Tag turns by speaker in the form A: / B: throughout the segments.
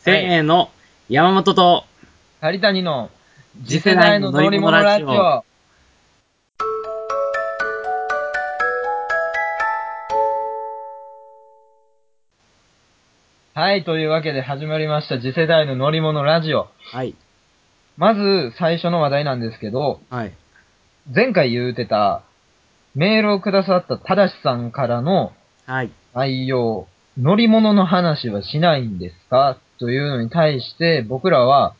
A: せーの、山本と
B: 谷谷の次世代の乗り物ラジオ。はい、というわけで始まりました次世代の乗り物ラジオ。
A: はい、
B: まず最初の話題なんですけど、
A: はい、
B: 前回言うてたメールをくださったただしさんからの
A: はい、
B: 内容、乗り物の話はしないんですかというのに対して、僕らは、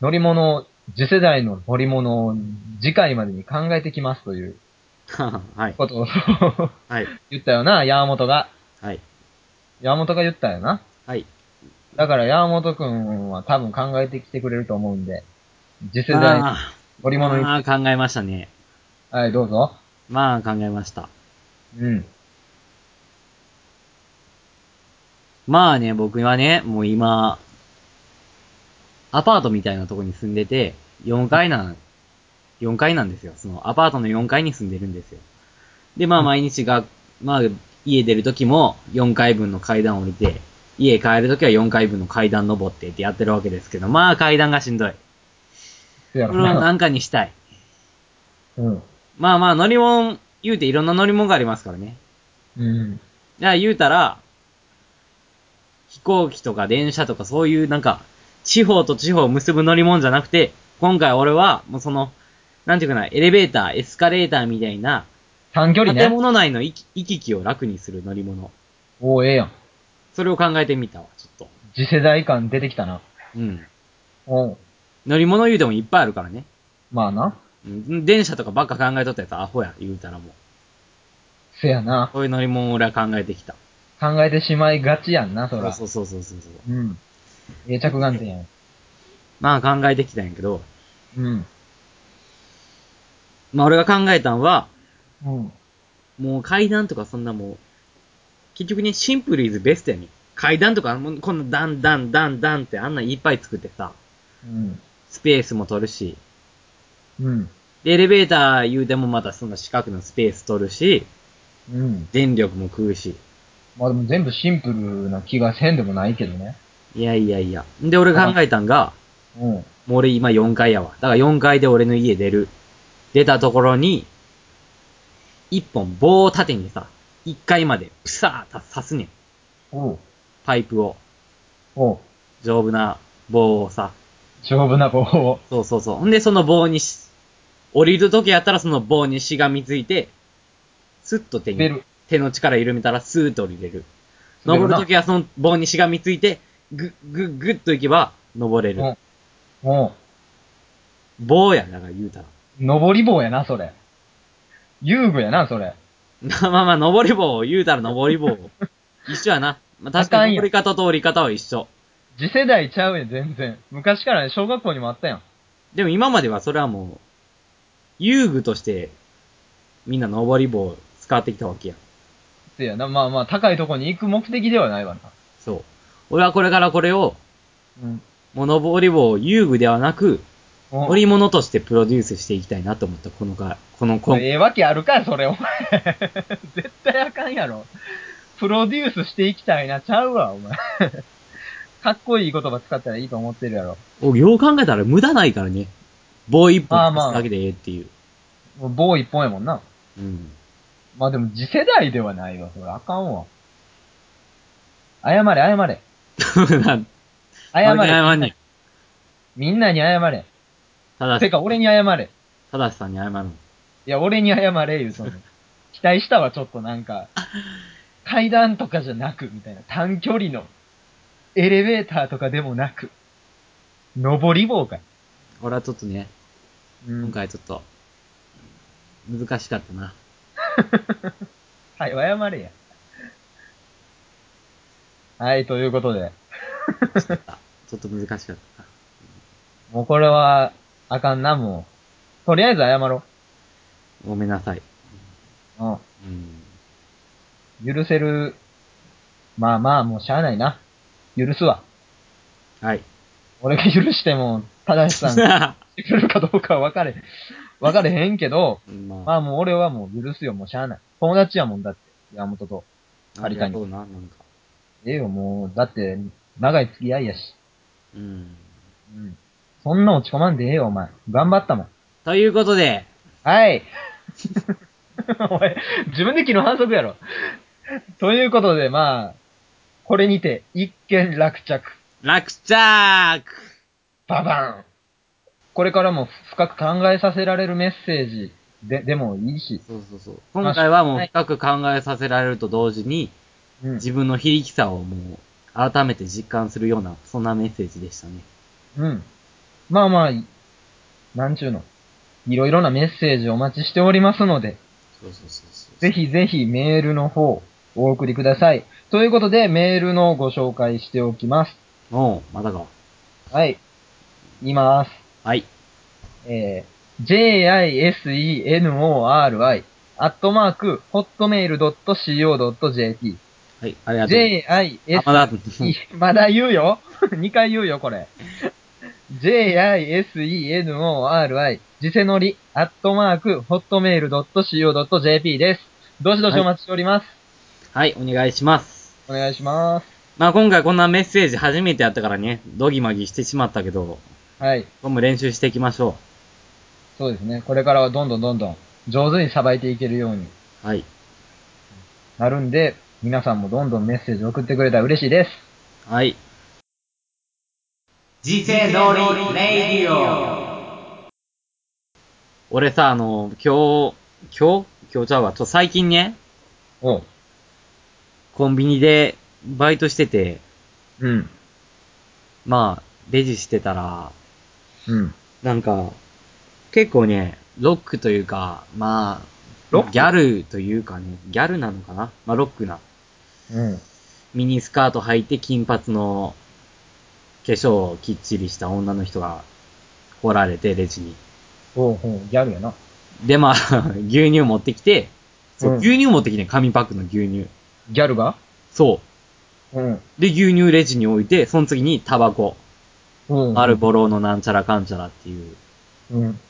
B: 乗り物、次世代の乗り物を次回までに考えてきますという
A: はい、
B: ことを
A: はい、
B: 言ったよな、山本が。
A: はい、
B: 山本が言ったよな。
A: はい、
B: だから山本くんは多分考えてきてくれると思うんで、次世代の
A: まあ、
B: 乗り物に、
A: まあ考えましたね。
B: はい、どうぞ。
A: まあ考えました。
B: うん。
A: まあね、僕はね、もう今、アパートみたいなとこに住んでて、4階なん、4階なんですよ。そのアパートの4階に住んでるんですよ。で、まあ毎日が、まあ家出るときも4階分の階段を降りて、家帰るときは4階分の階段登ってってやってるわけですけど、まあ階段がしんどい。
B: そや
A: こ
B: ろ
A: れをな
B: な。
A: んかにしたい。
B: うん。
A: まあまあ乗り物、言うていろんな乗り物がありますからね。
B: うん。
A: じゃあ言うたら、飛行機とか電車とかそういうなんか、地方と地方を結ぶ乗り物じゃなくて、今回俺はもうその、なんていうかな、エレベーター、エスカレーターみたいな、
B: 短距離
A: 建
B: ね。
A: 物内の行き行き来を楽にする乗り物。
B: おー、ええやん。
A: それを考えてみたわ、ちょっ
B: 次世代感出てきたな。
A: と。うん。
B: おう
A: 乗り物言うてもいっぱいあるからね。
B: まあな。
A: うん、電車とかばっか考えとったやつアホや、言うたらもう。
B: せやな。
A: こういう乗り物を俺は考えてきた。
B: 考えてしまいがちやんな、そら。
A: そうそうそうそうそう。
B: うん。ええ着眼点やん。
A: まあ考えてきたんやけど、
B: うん。
A: まあ俺が考えたんは、
B: うん。
A: もう階段とかそんなもう、結局ね、シンプルイズベストやねん。階段とか、もうこんなダンダンダンダンってあんなんいっぱい作ってさ、
B: うん。
A: スペースも取るし、
B: うん。
A: でエレベーター言うてもまたそんな四角のスペース取るし、
B: うん。
A: 電力も食うし。
B: まあでも全部シンプルな気がせんでもないけどね。
A: いやいやいや。で、俺考えたんが、
B: うん。
A: もう俺今4階やわ。だから4階で俺の家出る。出たところに、一本棒を縦にさ、1階までプサーッと刺すねん。
B: おう。
A: パイプを。
B: おう。
A: 丈夫な棒をさ、
B: 丈夫な棒を。
A: そうそうそう。ほんで、その棒にし、降りるときやったらその棒にしがみついて、スッと手
B: 出
A: に
B: る、
A: 手の力緩めたらスーッと降りれる。
B: 滑
A: 登
B: る
A: る
B: な
A: ときはその棒にしがみついて、ぐ、ぐ、ぐっと行けば、登れ
B: う
A: る
B: ん。おう。
A: 棒や、だから言うたら。
B: 登り棒やな、それ。遊具やな、それ。
A: まあまあまあ、登り棒を言うたら登り棒 を。一緒やな。まあ確かに
B: あかんやん
A: 登り方と降り方は一緒。
B: 次世代ちゃうやん、全然。昔からね、小学校にもあったやん。
A: でも今まではそれはもう、遊具として、みんな登り棒を使ってきたわけやん。
B: せやな、まあまあ、高いとこに行く目的ではないわな。
A: そう。俺はこれからこれを、
B: うん。
A: もう登り棒を遊具ではなく、
B: おう
A: 乗り物としてプロデュースしていきたいなと思った、このか、このコン、
B: ええわけあるか、それ、お前。 絶対あかんやろ。プロデュースしていきたいな、ちゃうわ、お前。 かっこいい言葉使ったらいいと思ってるやろ。
A: およう考えたら無駄ないからね。棒一
B: まあ
A: 本
B: まあ
A: 出すだけでええって いう。
B: もう棒一本やもんな。
A: うん。
B: まあでも次世代ではないわ、それあかんわ。謝れ、謝れ。
A: なん
B: 謝れ。
A: 謝んねん。
B: みんなに謝れ。
A: ただ
B: て
A: し、
B: か、俺に謝れ。
A: ただしさんに謝るの。
B: いや、俺に謝れ、言う、 その。期待したわ、ちょっとなんか。階段とかじゃなく、みたいな。短距離の。エレベーターとかでもなく。登り棒か。
A: 俺はちょっとね、
B: うん
A: 今。回ちょっと、難しかったな。
B: はい、謝れや。はい、ということで。
A: ちょっと難しかったな。
B: もうこれは、あかんな、もう。とりあえず謝ろ
A: ごめんなさい。
B: う。うん。
A: うん。
B: 許せる。まあまあ、もうしゃあないな。許すわ。
A: はい。
B: 俺が許しても、正しさん、してくれるかどうかは分かれ、分かれへんけど、
A: ま
B: ま
A: あ、
B: あもう俺はもう許すよ、もうしゃあない。友達やもんだって、山本と。
A: ありがとうな、なんか。
B: ええよ、もう、だって、長い付き合いやし。
A: うん。
B: うん。そんな落ち込まんでええよ、お前。頑張ったもん。
A: ということで、
B: はい。 お前、自分で昨日反則やろ。ということで、まあ、これにて、一件落着。
A: 落着
B: ババーンこれからも深く考えさせられるメッセージで、でもいいし。
A: そうそうそう。今回はもう深く考えさせられると同時に、
B: うん。
A: 自分の非力さをもう、改めて実感するような、そんなメッセージでしたね。
B: うん。まあまあ、いなんちゅうの。いろいろなメッセージお待ちしておりますので、
A: そうそうそうそう。
B: ぜひぜひメールの方、お送りください。ということで、メールのご紹介しておきます。
A: おう、またか。
B: はい。言います。
A: はい。
B: えー、jisenori、アットマーク、hotmail.co.jp。
A: はい、ありがとう。あ
B: jisen、
A: まだ、
B: まだ言うよ ?2 回言うよ、これ。jisenori、ジセノリ、アットマーク、hotmail.co.jp です。どしどしお待ちしております。
A: はい、お願いします。
B: お願いしま
A: まあ今回こんなメッセージ初めてやったからね、ドギマギしてしまったけど、
B: す。はい。
A: 今後も練習していきましょ
B: そうですね。これからはどんどんどんどん上手にさばいていけるように
A: う。はい。
B: なるんで、皆さんもどんどんメッセージ送ってくれたら嬉しいです。
A: はい。
C: 次世通りレイディオ
A: 俺さ、あの、今日、今日今日ちゃうわ。ちょ、最近ね、
B: おう。
A: コンビニでバイトしてて、
B: うん。
A: まあ、レジしてたら、
B: うん。
A: なんか、結構ね、ロックというか、ま
B: ロッ
A: あ、
B: ク
A: ギャルというかね、ギャルなのかなまあ、ロックな。
B: うん。
A: ミニスカート履いて金髪の化粧をきっちりした女の人がおられて、レジに。
B: おうほう、ギャルやな。
A: で、まあ、 牛乳持ってきて、そう、
B: うん
A: 牛乳持ってきて、紙パックの牛乳。
B: ギャルが
A: そ
B: うん。
A: う。で、牛乳レジに置いて、その次にタバコ。
B: うん。
A: アル。ボローのなんちゃらかんちゃらっていう、
B: うん。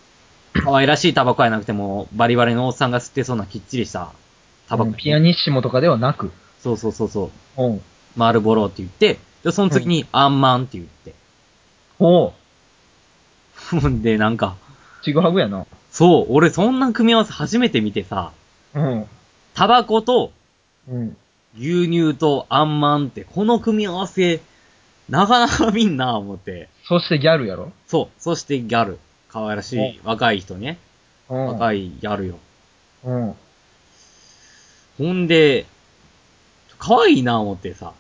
A: 可愛らしいタバコやなくても、バリバリのおっさんが吸ってそうなきっちりしたタバコ。
B: ピアニッシモとかではなく。
A: そうそうそうそう。
B: うん。
A: まあアルボローって言って、で、その次にアンマンって言って。
B: おう。
A: ほんで、なんか、
B: ちぐはぐやな。
A: そう、俺そんな組み合わせ初めて見てさ、
B: うん。
A: タバコと
B: うん。
A: 牛乳とアンマンって、この組み合わせ、なかなか見んな思って。
B: そしてギャルやろ
A: そう、そしてギャル。可愛らしい若い人ね。
B: うん。
A: 若
B: い。
A: いギャルよ。
B: うん。
A: ほんで、可愛いな思ってさ、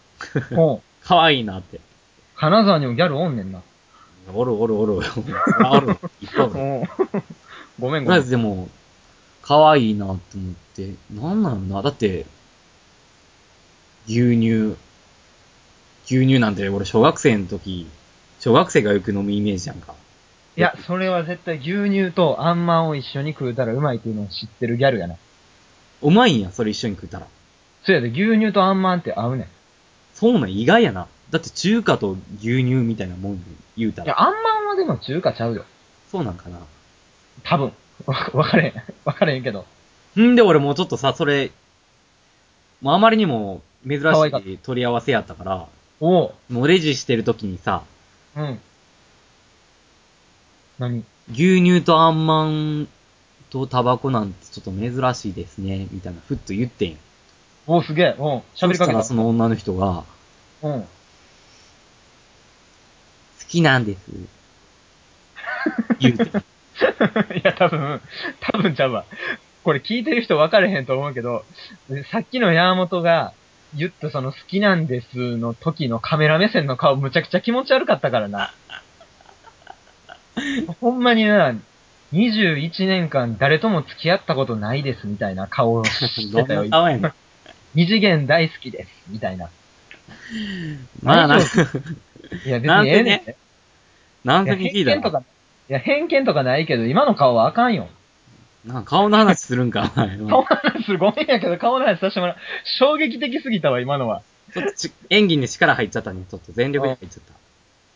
B: おう。
A: 可愛いなって。
B: 金沢にもギャルおんねんな。
A: おるおるおる。あ おる。いっぱいおる。
B: ん。ごめん
A: とり
B: ご
A: あ
B: め
A: え
B: ん
A: ず。でも、可愛いなと思って、なんなんだだって、牛乳、牛乳なんて俺小学生の時、小学生がよく飲むイメージやんか。
B: いや、それは絶対牛乳とあんまんを一緒に食うたらうまいっていうのを知ってるギャルやな。
A: うまいんや、それ一緒に食ったら。
B: そうやで、牛乳とあんまんって合うね
A: そうなん、意外やな。だって中華と牛乳みたいなもん言うた
B: ん。いや、
A: ら。
B: あんまんはでも中華ちゃうよ。
A: そうなんかな。
B: 多分。わ わかれん。わかれんけど。
A: んで、俺もうちょっとさ、それ、もうあまりにも珍
B: 可愛かっ
A: しい取り合わせやったから、
B: おう。
A: もうレジしてる時にさ、
B: うん。何
A: 牛乳とあんまんとタバコなんてちょっと珍しいですね、みたいな、ふっと言ってんよ。
B: おう、すげえ。うん。喋りかけ
A: そしたら
B: た。
A: その女の人が、
B: うん。
A: 好きなんです。言うて。
B: いや、多分、多分ちゃうわ。これ聞いてる人分かれへんと思うけど、さっきの山本が言ったその好きなんですの時のカメラ目線の顔むちゃくちゃ気持ち悪かったからな。 ほんまにな、21年間誰とも付き合ったことないですみたいな顔をし て
A: どん
B: たよ
A: な。顔やねん。
B: 二次元大好きですみたいな。
A: まあな、
B: いや、別
A: なん
B: にえ
A: て
B: えねん
A: ね。何
B: いや
A: 時に聞いた
B: 偏見と
A: ら
B: か、いや、偏見とかないけど、今の顔はあかんよ。
A: なんか顔の話するんか、お前
B: 顔の 話、ごめんやけど、顔の話させてもらう。衝撃的すぎたわ、今のは。
A: ちょっと ち演技に力入っちゃったね。ちょっと全力で入っちゃっ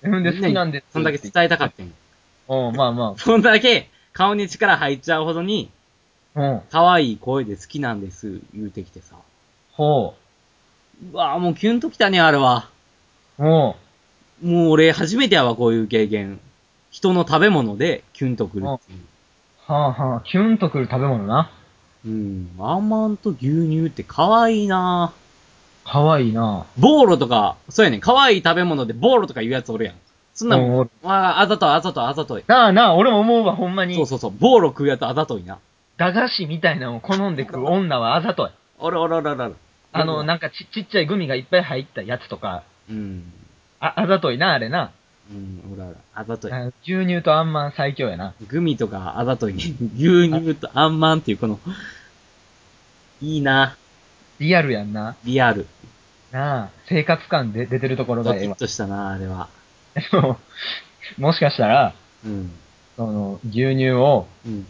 A: た。
B: うんで、
A: み
B: 好
A: な
B: き
A: に
B: なんです。
A: そんだけ伝えたかったんよ
B: うん、まあま
A: そんだけ顔に力入っちゃうほどに、
B: あ。うん。
A: 可愛い声で好きなんです、言うてきてさ。
B: ほ
A: うわぁ、もうキュンときたね、あれは。
B: う。も
A: もう俺初めてやわ、こういう経験。人の食べ物でキュンとくるっていう
B: う、はあはあ、キュンとくる食べ物な。
A: うん。アマンと牛乳って可愛いなぁ
B: かわいいな
A: ボーロとか、そうやねん。可愛い食べ物でボーロとか言うやつおるやん。そんな
B: うん
A: も
B: お
A: ん
B: る、
A: ああ、あざといあざといあざとい。
B: なあなあ、俺も思うわ、ほんまに。
A: そうそうそう、ボーロ食うやつあざといな。
B: 駄菓子みたいなのを好んで食う女はあざとい。
A: おらおらおらおら。
B: あの、なんかちちっちゃいグミがいっぱい入ったやつとか、
A: うん。
B: あ、あざといな、あれな。
A: うん、おらおら。あざとい。
B: あ牛乳とあんまん最強やな。
A: グミとかあざといね。 牛乳とあんまんっていうこの、いいな
B: リアルやんな。
A: リアル。
B: なあ、生活感で出てるところ
A: ド
B: が
A: キ
B: ええ
A: ッ
B: わ。
A: としたなあれは。
B: でも もしかしたら、
A: うん。
B: その、牛乳を、
A: うん。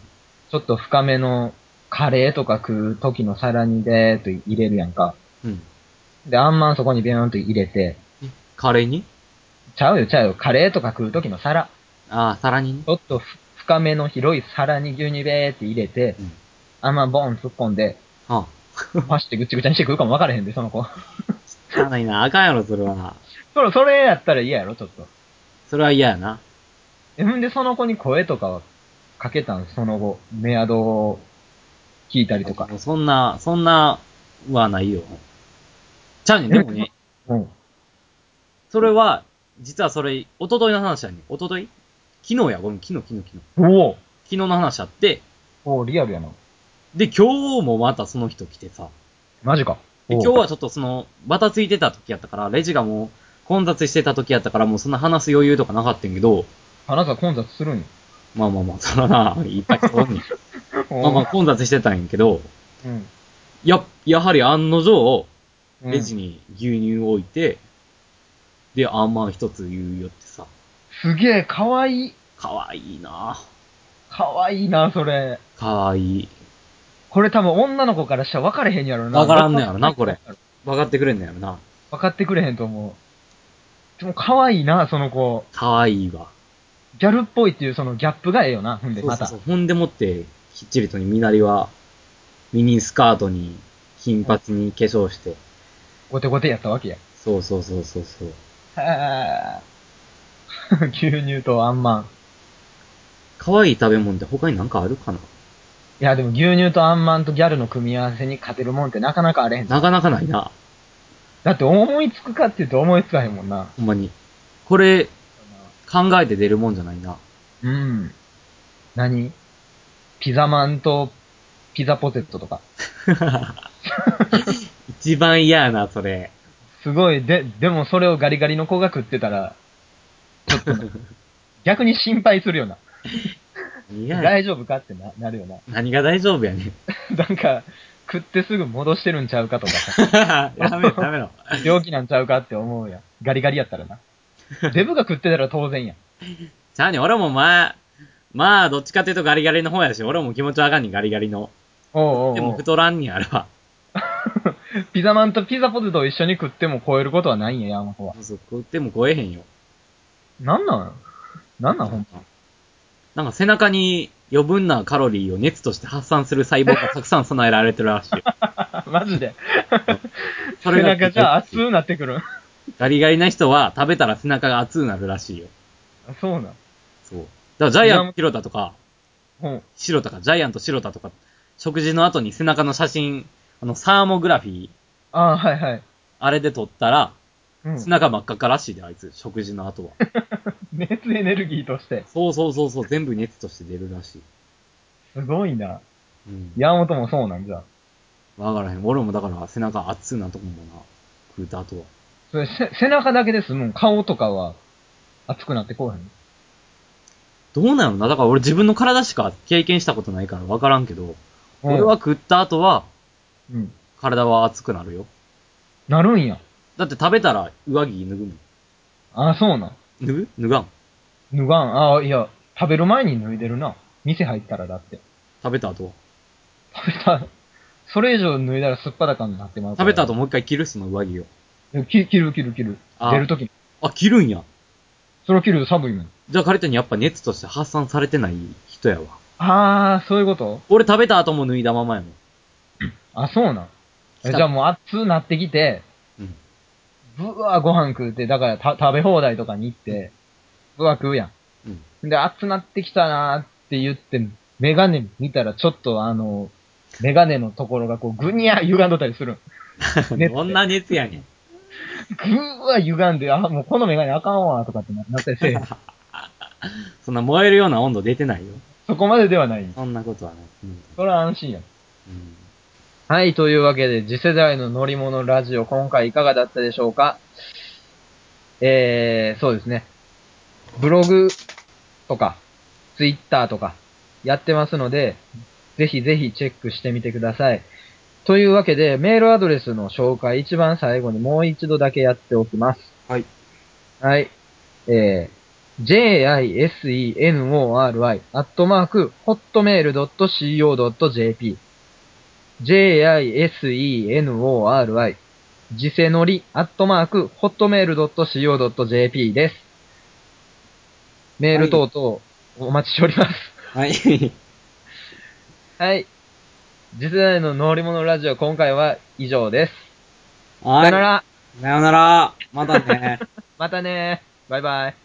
B: ちょっと深めのカレーとか食う時の皿にでーっと入れるやんか。
A: うん。
B: で、あんまんそこにビューンと入れて、
A: カレーに
B: ちゃうよちゃうよ、カレーとか食う時の皿。
A: ああ、皿にね
B: ち。ょっとふ深めの広い皿に牛乳べーって入れて、
A: うん
B: あんまんボン突っ込んで、
A: あ
B: パシってぐっちゃぐちゃにして食うかも分からへんで、その子。
A: あ。汚いな。あかんやろ、それは。
B: それ、それやったら嫌やろ、ちょっと。
A: それは嫌やな。
B: えほんで、その子に声とかはかけたん、その後。メアドを聞いたりとか。
A: そんな、そんな、はないよ。ちゃうねん、でもね。
B: うん。
A: それは、実はそれ、一昨日の話やねん。一昨日昨日や、ごめん、昨日、昨日、昨日。
B: おお
A: 昨日の話あって、
B: おーリアルやな。
A: で、今日もまたその人来てさ。
B: マジか。
A: で
B: おう
A: 今日はちょっとその、バタついてた時やったから、レジがもう、混雑してた時やったから、もうそんな話す余裕とかなかったんやけど、
B: 花が混雑するんよ。
A: まあまあまあ、そらな、いっぱい 人おんねんまあまあ、混雑してたんやけど、
B: うん。
A: や、やはり案の定、
B: うん
A: レジに牛乳を置いて、で、あんまん一つ言うよってさ、
B: すげえ、かわいい。
A: かわいいな
B: かわいいな、それ。
A: かわいい。
B: これ多分女の子からしたら分かれへんやろな。
A: 分からんのやろなこれ。分かってくれんのやろな。
B: 分かってくれへんと思う。でも可愛いな、その子。
A: かわいいわ。
B: ギャルっぽいっていうそのギャップがええよな、ほんで、
A: そう
B: ま
A: そう
B: た。
A: そう。ほんでもって、きっちりとにみなりは、ミニスカートに、金髪に化粧して、
B: ゴテゴテやったわけや。
A: そうそうそうそうそう。
B: へー 牛乳とあんまん。
A: 可愛い食べ物って他になんかあるかない
B: や、でも牛乳とあんまんとギャルの組み合わせに勝てるもんってなかなかあれへん。
A: なかなかないな。
B: だって思いつくかって言うと思いつかへんもんな。
A: ほんまに。これ、考えて出るもんじゃないな。
B: うん。何ピザマンとピザポテトとか。
A: 一番嫌やな、それ。
B: すごい、で、でもそれをガリガリの子が食ってたら、ちょ っとな、逆に心配するよな。
A: 嫌や。
B: 大丈夫かってななるよな。
A: 何が大丈夫や ねん。
B: なんか、食ってすぐ戻してるんちゃうかとかさ、
A: やめろ、やめろ。
B: 病気なんちゃうかって思うやん。ガリガリやった らな。デブが食ってたら当然やん。
A: ちゃうねん、俺もまあ、まあ、どっちかっていうとガリガリの方やし、俺も気持ちわかんねん、ガリガリの。
B: おうおうおう
A: でも太らんねん、あれは。
B: ピザマンとピザポテトを一緒に食っても超えることはないんや、ヤマトは。
A: そうそう、食っても超えへんよ。
B: なんなんなんなんほんま。
A: なんか背中に余分なカロリーを熱として発散する細胞がたくさん備えられてるらしいよ。
B: マジで。
A: そ
B: そ
A: れ
B: れ
A: が
B: なんかじゃあ熱くなってくるん。
A: ガリガリな人は食べたら背中が熱くなるらしいよ。
B: あそうなん。
A: そう。だからジャイアントヒロタとか、
B: うん。
A: シロタか、ジャイアントシロタとか、食事の後に背中の写真、あの、サーモグラフィー、
B: ああ、はいはい。
A: あれで撮ったら、
B: うん。
A: 背中真っ赤っからしいで、あいつ、食事の後は。
B: 熱エネルギーとして。
A: そうそうそうそう、全部熱として出るらしい。
B: すごいな。
A: うん。
B: ヤマトもそうなんじゃあ。
A: わからへん。俺もだから背中熱くなとこもな、食うた後は。
B: それせ背中だけですもん。顔とかは熱くなってこうへん。
A: どうなのなだから俺自分の体しか経験したことないから分からんけど、俺は食った後は
B: うん。
A: 体は熱くなるよ。
B: なるんや。
A: だって食べたら上着脱ぐもん。
B: あ、そうなん。
A: 脱ぐ脱がん。
B: 脱がん。あ、いや、食べる前に脱いでるな。店入ったらだって。
A: 食べた後は。
B: 食べた、それ以上脱いだらすっぱだかになってまうか
A: 食
B: ら。
A: べた後もう一回着るその上着を。
B: き着る着る着る。
A: あ
B: 出るとき。
A: あ、着るんや。
B: それを着る寒いもん。
A: じゃあ彼とにやっぱ熱として発散されてない人やわ。
B: あー、そういうこと
A: 俺食べた後も脱いだままやもん。
B: あ、そうなん。えじゃあもう熱なってきて、
A: うん。
B: ぶわーご飯食うて、だからた食べ放題とかに行って、ぶわー食うや
A: うん。
B: ん。で、熱なってきたなーって言って、メガネ見たらちょっとあの、メガネのところがこう、ぐにゃー歪んどったりするん。熱
A: どんな熱やねん。
B: ぐーわー歪んで、あ、もうこのメガネあかんわーとかってななったりせえへ ん
A: そんな燃えるような温度出てないよ。
B: そこまでではない。
A: そんなことはない。うん
B: それは安心やん。
A: うん
B: はい、というわけで、次世代の乗り物ラジオ、今回いかがだったでしょうかえー、そうですね。ブログとか、ツイッターとか、やってますので、ぜひぜひチェックしてみてください。というわけで、メールアドレスの紹介、一番最後にもう一度だけやっておきます。
A: はい。
B: はい。えー、jisenori, アットマーク、hotmail.co.jp。jisenori, ジセノリ、アットマーク、hotmail.co.jp です。メール等々、お待ちしております。
A: はい。終
B: はい。次世代の乗り物ラジオ、今回は以上です。さよなら。
A: さよなら。またね。
B: またねバイバイ。